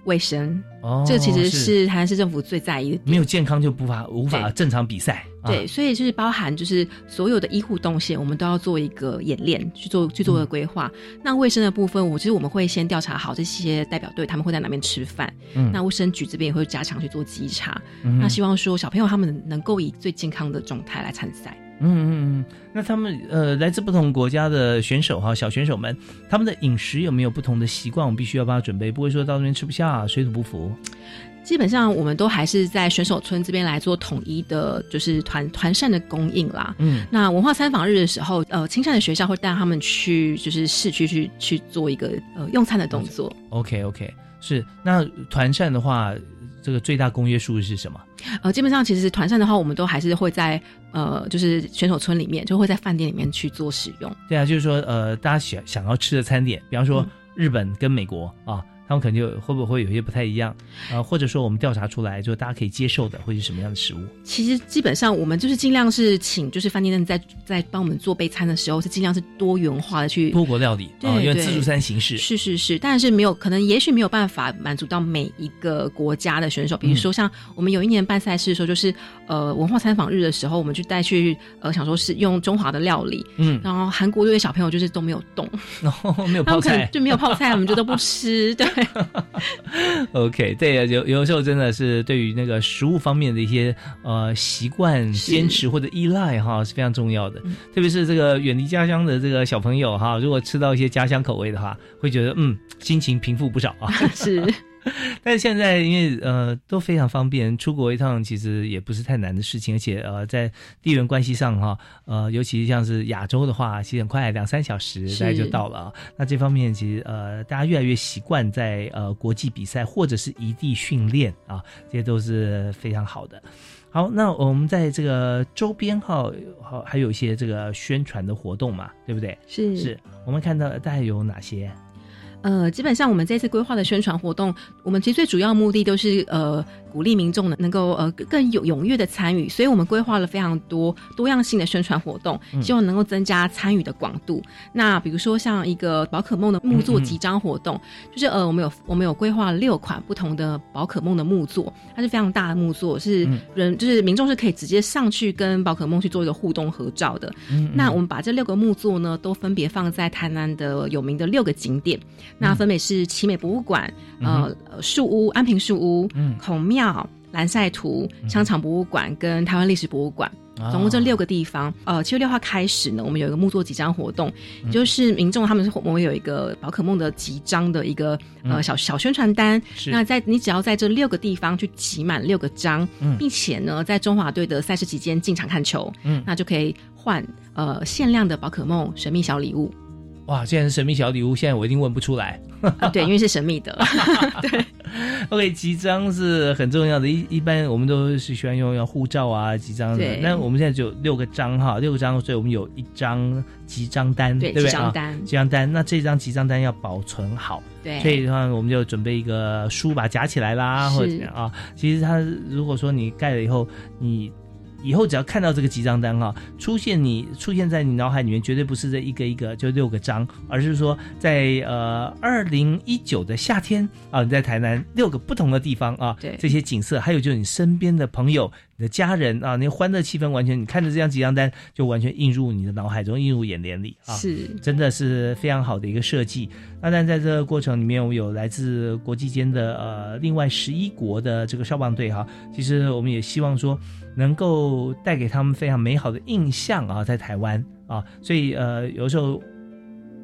卫生，哦。这其实是台南市政府最在意的。没有健康就无法无法正常比赛。啊对，所以就是包含就是所有的医护动线，我们都要做一个演练，去做去嗯做个规划。那卫生的部分，我其实我们会先调查好这些代表队他们会在哪边吃饭，嗯那卫生局这边也会加强去做稽查。嗯哼那希望说小朋友他们能够以最健康的状态来参赛。嗯嗯嗯，那他们呃来自不同国家的选手哈，小选手们，他们的饮食有没有不同的习惯？我们必须要帮他准备，不会说到那边吃不下，水土不服。基本上我们都还是在选手村这边来做统一的，就是团团扇的供应啦。嗯那文化参访日的时候，呃，青善的学校会带他们去，就是市区去去做一个呃用餐的动作。 ，OK OK，是那团扇的话，这个最大公约数是什么？呃，基本上其实团扇的话，我们都还是会在呃，就是选手村里面，就会在饭店里面去做使用。对啊，就是说呃，大家想想要吃的餐点，比方嗯说日本跟美国啊。他们可能就会不会有一些不太一样，呃，或者说我们调查出来，就大家可以接受的会是什么样的食物？其实基本上我们就是尽量是请，就是饭店在在帮我们做备餐的时候，是尽量是多元化的去多国料理啊，对因为对自助餐形式是是是，但是没有可能，也许没有办法满足到每一个国家的选手。嗯比如说，像我们有一年办赛事的时候，就是呃文化参访日的时候，我们就带去呃想说是用中华的料理，嗯然后韩国队的小朋友就是都没有动，然后没有 *laughs* 他泡们可菜 *laughs* 能，就没有泡菜，我们就都不吃。对， OK，对，有有时候真的是对于那个食物方面的一些呃习惯、是坚持或者依赖哈是非常重要的。特别是这个远离家乡的这个小朋友哈，如果吃到一些家乡口味的话，会觉得嗯心情平复不少啊。是。但是现在因为呃都非常方便，出国一趟其实也不是太难的事情，而且呃在地缘关系上哈，呃尤其像是亚洲的话，其实很快两三小时是大概就到了啊。嗯那这方面其实呃大家越来越习惯在呃国际比赛或者是异地训练啊，这些都是非常好的。好，那我们在这个周边哈，好还有一些这个宣传的活动嘛，对不对？是是，我们看到大概有哪些？呃，基本上我们这次规划的宣传活动，我们其实最主要目的都是呃鼓励民众呢能够呃更有踊跃的参与，所以我们规划了非常多多样性的宣传活动，嗯希望能够增加参与的广度。那比如说像一个宝可梦的木嗯作集章活动，就是呃我们有我们有规划六款不同的宝可梦的木作，它是非常大的木作，是嗯人、就是民众是可以直接上去跟宝可梦去做一个互动合照的。嗯嗯那我们把这六个木作呢都分别放在台南的有名的六个景点。那分别是奇美博物馆、呃嗯呃树屋、安平树屋、嗯孔庙、蓝晒图、香肠博物馆跟台湾历史博物馆。啊总共这六个地方，呃，七月六号开始呢，我们有一个木作集章活动，嗯也就是民众他们是我们有一个宝可梦的集章的一个呃嗯小小宣传单。是那在你只要在这六个地方去集满六个章，嗯并且呢，在中华队的赛事期间进场看球，嗯那就可以换呃限量的宝可梦神秘小礼物。哇，既然是神秘小礼物，现在我一定问不出来。啊，对，因为是神秘的。 *laughs* OK，集章是很重要的，一一般我们都是喜欢用要护照啊、集章的对。那我们现在只有六个章哈，六个章，所以我们有一张集章单，对不对集章单啊集章单，那这张集章单要保存好。对所以的话，我们就准备一个书把它夹起来啦，是或者怎样啊。其实它如果说你盖了以后，你以后只要看到这个集章单哈、出现你出现在你脑海里面，绝对不是这一个一个就六个章，而是说在呃二零一九的夏天啊，你在台南六个不同的地方啊，对这些景色，还有就是你身边的朋友、你的家人啊，那欢乐气氛完全，你看着这张集章单就完全映入你的脑海中，映入眼帘里啊，是真的是非常好的一个设计。那但在这个过程里面，我们有来自国际间的呃另外十一国的这个少棒队哈、其实我们也希望说能够带给他们非常美好的印象啊，在台湾啊，所以呃有时候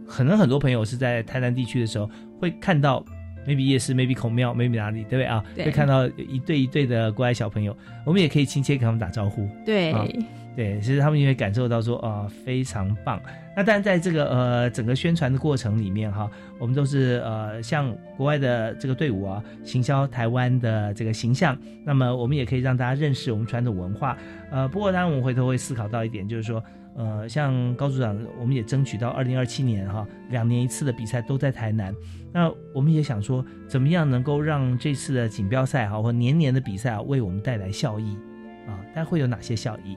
可能很多朋友是在台南地区的时候会看到。maybe 夜市，maybe 孔庙，maybe 哪里，对不对啊？对会看到一对一对的国外小朋友，我们也可以亲切给他们打招呼。对啊对，其实他们也会感受到说啊、非常棒。那但在这个呃整个宣传的过程里面哈，我们都是呃像国外的这个队伍啊，行销台湾的这个形象，那么我们也可以让大家认识我们传统文化。呃，不过当然我们回头会思考到一点，就是说。呃，像高组长，我们也争取到二零二七年哈，两年一次的比赛都在台南。那我们也想说，怎么样能够让这次的锦标赛哈，或年年的比赛啊，为我们带来效益啊？它会有哪些效益？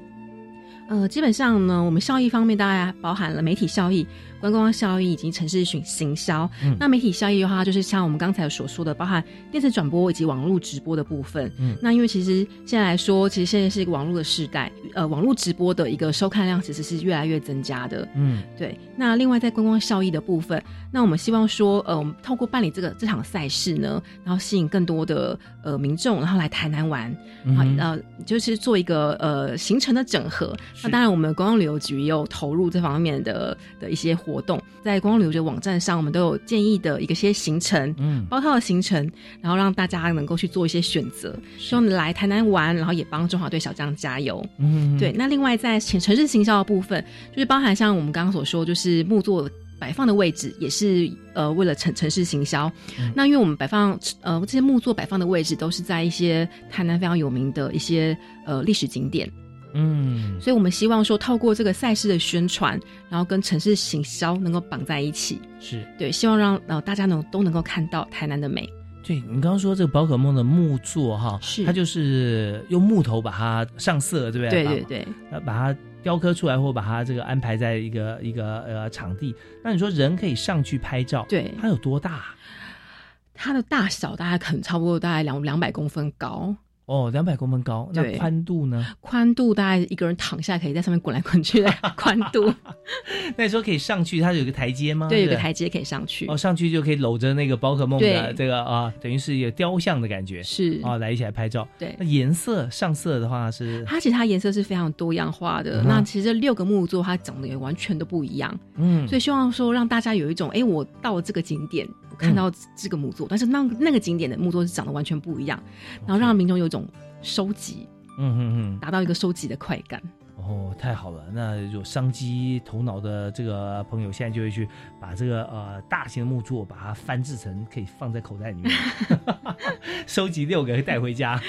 呃，基本上呢，我们效益方面大概包含了媒体效益、观光效益以及城市行行销。嗯那媒体效益的话，就是像我们刚才所说的，包含电视转播以及网络直播的部分。嗯那因为其实现在来说，其实现在是一个网络的时代，呃，网络直播的一个收看量其实是越来越增加的。嗯对，那另外在观光效益的部分，那我们希望说，呃，我们透过办理这个这场赛事呢，然后吸引更多的呃民众，然后来台南玩，嗯好、哼呃，就是做一个呃行程的整合。是那当然，我们观光旅游局也有投入这方面的的一些活动，在观光旅游局网站上，我们都有建议的一些行程，嗯包套的行程，然后让大家能够去做一些选择，希望来台南玩，然后也帮中华队小将加油。嗯对，那另外在城城市行销的部分，就是包含像我们刚刚所说，就是木作摆放的位置，也是呃为了城城市行销。那因为我们摆放呃这些木作摆放的位置，都是在一些台南非常有名的一些呃历史景点。嗯所以我们希望说，透过这个赛事的宣传，然后跟城市行销能够绑在一起，是对，希望让呃大家能都能够看到台南的美。对你刚刚说这个宝可梦的木座哈，是它就是用木头把它上色，对不对？对对对，呃，把它雕刻出来或把它这个安排在一个一个呃场地。那你说人可以上去拍照，对它有多大？它的大小大概可能差不多大概两两百公分高，哦，两百公分高，那对宽度 *laughs* 呢？宽度大概一个人躺下可以在上面滚来滚去的宽 *laughs* 度，啊那时候可以上去，它有个台阶吗？对，有个台阶可以上去哦，。上去就可以搂着那个宝可梦的对这个啊，等于是有雕像的感觉，是啊，来一起来拍照。对那颜色上色的话是，它其实它颜色是非常多样化的。嗯哼那其实这六个木座它长得也完全都不一样，嗯所以希望说让大家有一种，哎，我到了这个景点，我看到这个木嗯座，但是那那个景点的木座是长得完全不一样，然后让民众有一种收集，嗯嗯嗯，达到一个收集的快感。哦，太好了！那有商机头脑的这个朋友，现在就会去把这个呃大型的木座把它翻制成可以放在口袋里面，收集六个带回家。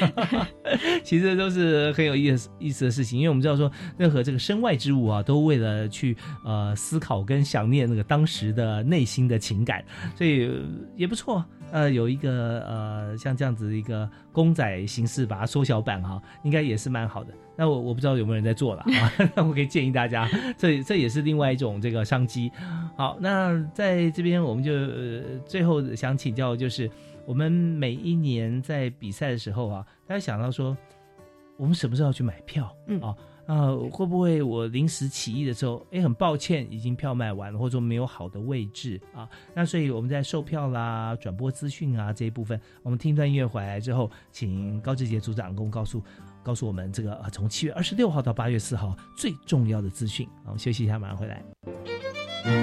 *laughs* 其实都是很有意思意思的事情，因为我们知道说，任何这个身外之物啊，都为了去呃思考跟想念那个当时的内心的情感，所以呃也不错。呃，有一个呃像这样子一个公仔形式把它缩小版哈、应该也是蛮好的。那我我不知道有没有人在做了啊， *laughs* 那我可以建议大家，这这也是另外一种这个商机。好，那在这边我们就、呃、最后想请教，就是我们每一年在比赛的时候啊，大家想到说，我们什么时候要去买票？嗯啊。啊、会不会我临时起意的时候，哎，很抱歉，已经票卖完了，或者说没有好的位置啊？那所以我们在售票啦、转播资讯啊这一部分，我们听一段音乐回来之后，请高志杰组长跟我告诉告诉我们这个呃，从七月二十六号到八月四号最重要的资讯。好，我们休息一下，马上回来。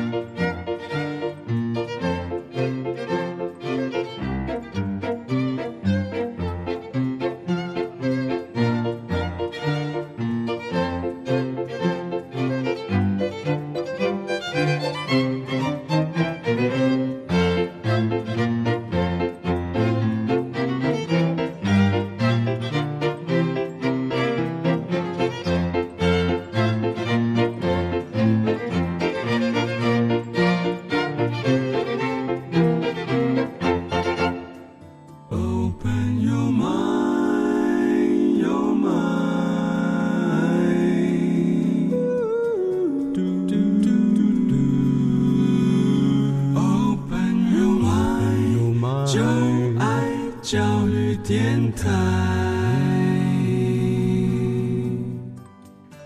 Open your mind, your mind. Do, do, do, do, do. Open your mind, your mind. 就爱教育电台。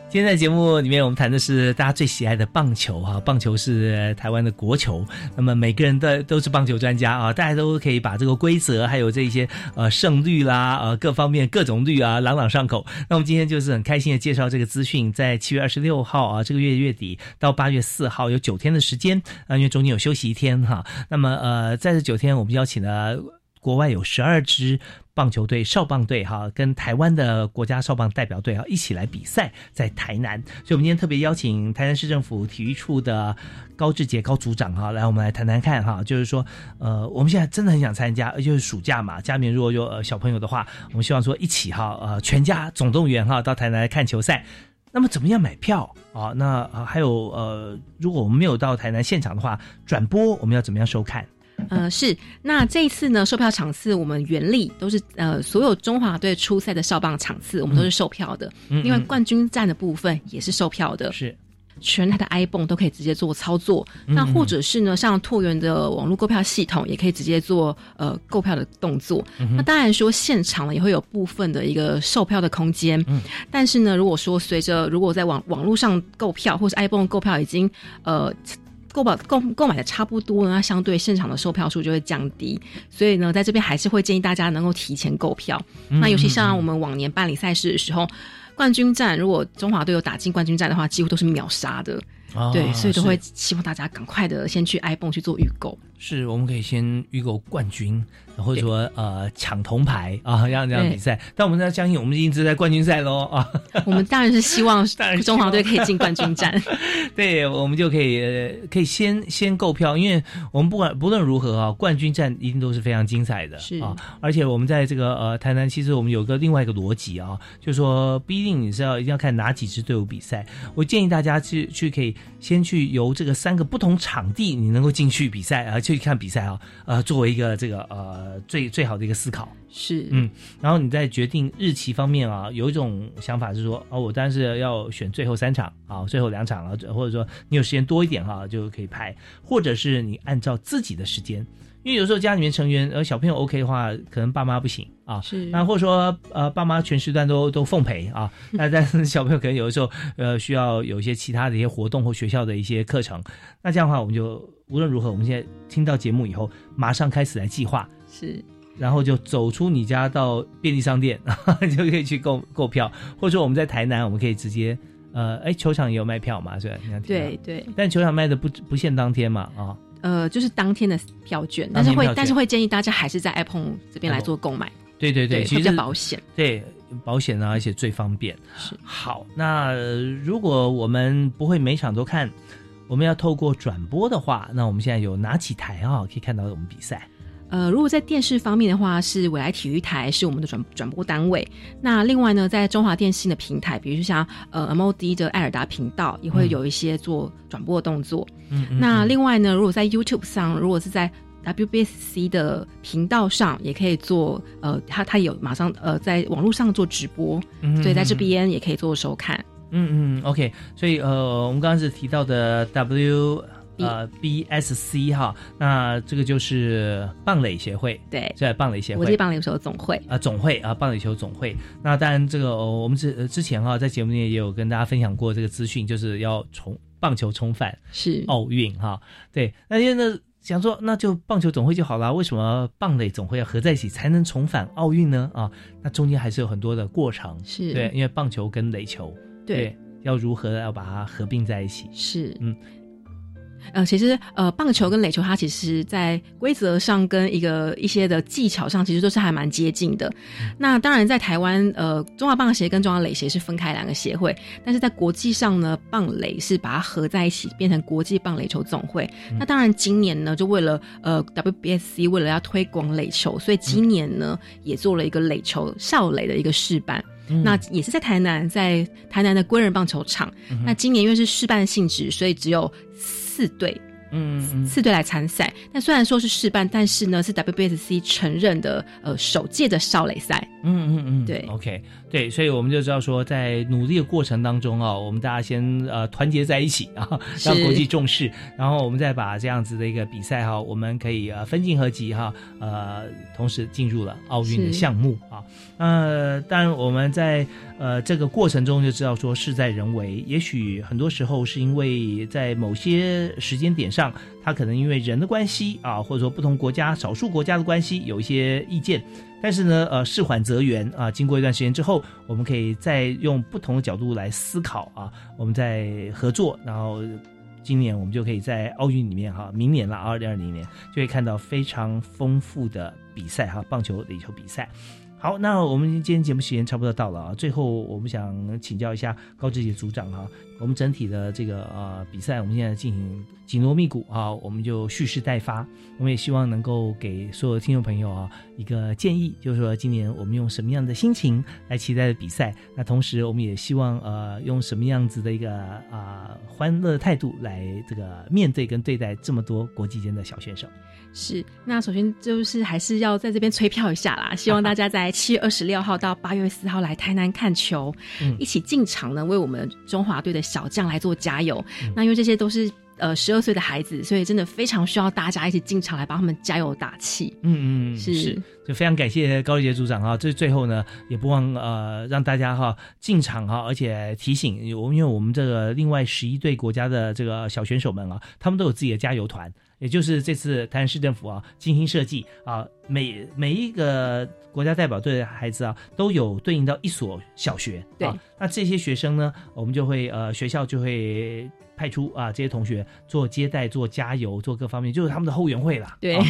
今天在节目里面，我们谈的是大家最喜爱的棒球哈、棒球是台湾的国球，那么每个人的都是棒球专家啊，大家都可以把这个规则还有这些呃胜率啦，呃各方面各种率啊朗朗上口。那我们今天就是很开心的介绍这个资讯，在七月二十六号啊这个月月底到八月四号有九天的时间啊，因为中间有休息一天哈、那么呃在这九天，我们邀请了国外有十二支棒球队少棒队哈，跟台湾的国家少棒代表队哈一起来比赛，在台南。所以，我们今天特别邀请台南市政府体育处的高志杰高组长哈，来我们来谈谈看哈，就是说，呃，我们现在真的很想参加，而且是暑假嘛，家里面如果有呃小朋友的话，我们希望说一起哈，呃，全家总动员哈，到台南来看球赛。那么怎么样买票啊？那、呃、还有呃，如果我们没有到台南现场的话，转播我们要怎么样收看？呃，是。那这一次呢，售票场次我们原力都是呃，所有中华队初赛的少棒场次，我们都是售票的。嗯嗯另外，嗯冠军战的部分也是售票的。是。全台的 iPhone 都可以直接做操作，嗯那嗯或者是呢，像拓元的网络购票系统也可以直接做呃购票的动作。嗯哼那当然说现场呢也会有部分的一个售票的空间，嗯但是呢，如果说随着如果在网网络上购票或是 iPhone 购票已经呃购买购购买的差不多呢，那相对现场的售票数就会降低。所以呢，在这边还是会建议大家能够提前购票。嗯那尤其嗯嗯像我们往年办理赛事的时候，冠军战如果中华队有打进冠军战的话，几乎都是秒杀的。啊对，所以都会是希望大家赶快的先去 iPhone 去做预购。是我们可以先预购冠军，或者说呃抢铜牌啊，让这样比赛。但我们要相信，我们已经是在冠军赛喽啊。我们当然是 *laughs* 希望中华队可以进冠军战。对，我们就可以呃可以先先购票，因为我们不管不论如何啊，冠军战一定都是非常精彩的是啊。而且我们在这个呃台南，其实我们有个另外一个逻辑啊，就是说不一定你是要一定要看哪几支队伍比赛。我建议大家去去可以先去由这个三个不同场地你能够进去比赛啊、呃去看比赛啊，呃，作为一个这个呃最最好的一个思考。是，嗯，然后你在决定日期方面啊，有一种想法是说，哦，我当然是要选最后三场啊，最后两场啊，或者说你有时间多一点哈、就可以拍，或者是你按照自己的时间因为有时候家里面成员呃小朋友 OK 的话，可能爸妈不行啊，是那或者说呃爸妈全时段都都奉陪啊，那但是小朋友可能有的时候呃需要有一些其他的一些活动或学校的一些课程，那这样的话我们就无论如何，我们现在听到节目以后，马上开始来计划，是然后就走出你家到便利商店， *laughs* 就可以去购购票，或者说我们在台南，我们可以直接，呃，哎，球场也有卖票嘛，是吧？你看，对对，但球场卖的不不限当天嘛，啊、呃，就是当天的票券，当但天是票会券但是会建议大家还是在 Apple 这边来做购买，对对对其会实比较保险，对保险啊，而且最方便。是好，那呃如果我们不会每场都看，我们要透过转播的话，那我们现在有哪几台啊、可以看到我们比赛？呃，如果在电视方面的话，是未来体育台是我们的转转播单位。那另外呢，在中华电信的平台，比如像呃 MOD 的艾尔达频道，也会嗯有一些做转播的动作。嗯嗯那嗯另外呢，如果在 YouTube 上，如果是在 WBSC 的频道上，也可以做呃，它它有马上呃在网络上做直播，嗯嗯所以在这嗯嗯边也可以做收看。嗯嗯，OK，所以呃，我们刚刚是提到的 W 呃 BSC 哈，那这个就是棒垒协会，对，在棒垒协会，国际棒垒手总会。啊，总会啊，棒垒球总会。那当然，这个、哦我们之呃之前哈、在节目里面也有跟大家分享过这个资讯，就是要重棒球重返是奥运哈、嗯对，那因为呢想说，那就棒球总会就好啊啦，为什么棒垒总会要合在一起才能重返奥运呢？啊，那中间还是有很多的过程，是对，因为棒球跟垒球对要如何要把它合并在一起？是，嗯，呃，其实呃，棒球跟垒球它其实在规则上跟一个一些的技巧上，其实都是还蛮接近的。那当然，在台湾，呃，中华棒协跟中华垒协是分开两个协会，但是在国际上呢，棒垒是把它合在一起，变成国际棒垒球总会。嗯那当然，今年呢，就为了呃 WBSC 为了要推广垒球，所以今年呢、也做了一个垒球少垒的一个试办。嗯那也是在台南，在台南的归仁棒球场。嗯哼那今年因为是试办性质，所以只有四队，嗯四队来参赛。但虽然说是试办，但是呢是 WBSC 承认的呃首届的少垒赛。嗯嗯嗯，对，OK，对，所以我们就知道说，在努力的过程当中啊、我们大家先呃团结在一起啊，是让国际重视，然后我们再把这样子的一个比赛哈、我们可以呃分进合集哈、呃，同时进入了奥运的是项目啊。那当然我们在呃这个过程中就知道说事在人为，也许很多时候是因为在某些时间点上，他可能因为人的关系啊，或者说不同国家、少数国家的关系有一些意见。但是呢，呃，事缓则圆啊。经过一段时间之后，我们可以再用不同的角度来思考啊，我们再合作，然后今年我们就可以在奥运里面哈，明年了，二零二零年就会看到非常丰富的比赛哈，棒球、垒球比赛。好，那我们今天节目时间差不多到了啊。最后，我们想请教一下高志杰组长哈、我们整体的这个呃比赛，我们现在进行紧锣密鼓啊，我们就蓄势待发。我们也希望能够给所有的听众朋友啊一个建议，就是说今年我们用什么样的心情来期待比赛。那同时，我们也希望呃用什么样子的一个啊、欢乐的态度来这个面对跟对待这么多国际间的小选手。是，那首先就是还是要在这边催票一下啦，希望大家在七月二十六号到八月四号来台南看球，嗯一起进场呢，为我们中华队的小将来做加油。嗯那因为这些都是。呃，十二岁的孩子，所以真的非常需要大家一起进场来帮他们加油打气。嗯嗯，嗯是是，就非常感谢高丽杰组长啊！这最后呢，也不忘呃让大家哈、进场哈、而且提醒我们，因为我们这个另外十一队国家的这个小选手们啊，他们都有自己的加油团，也就是这次台南市政府啊精心设计啊，每每一个国家代表队的孩子啊，都有对应到一所小学。对啊，那这些学生呢，我们就会呃学校就会。派出啊，这些同学做接待、做加油、做各方面，就是他们的后援会啦。对啊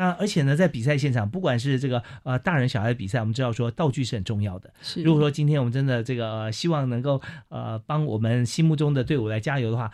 那而且呢，在比赛现场，不管是这个呃大人小孩的比赛，我们知道说道具是很重要的。是如果说今天我们真的这个、呃希望能够呃帮我们心目中的队伍来加油的话，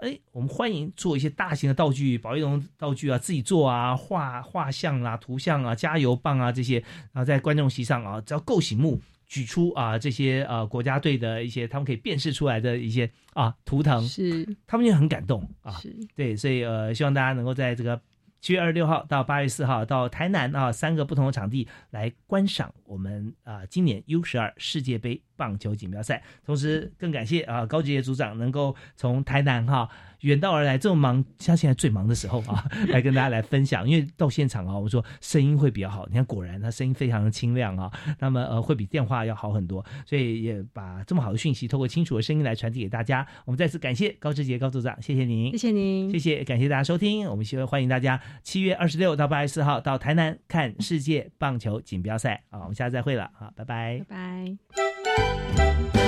哎，我们欢迎做一些大型的道具，保育龙道具啊，自己做啊，画画像啊、图像啊、加油棒啊这些，然后在观众席上啊，只要够醒目。举出啊这些呃国家队的一些他们可以辨识出来的一些啊图腾，是他们就很感动啊是，对，所以呃希望大家能够在这个七月二十六号到八月四号到台南啊三个不同的场地来观赏我们啊、今年 U 十二世界杯棒球锦标赛。同时，更感谢啊、高杰组长能够从台南哈、远道而来，这么忙，像现在最忙的时候啊，来跟大家来分享。因为到现场啊，我说声音会比较好，你看果然他声音非常的清亮啊，那么呃会比电话要好很多，所以也把这么好的讯息透过清楚的声音来传递给大家。我们再次感谢高志杰高组长，谢谢您，谢谢您，谢谢，感谢大家收听。我们希望欢迎大家七月二十六到八月四号到台南看世界棒球锦标赛啊，我们下次再会了啊，拜拜拜。拜。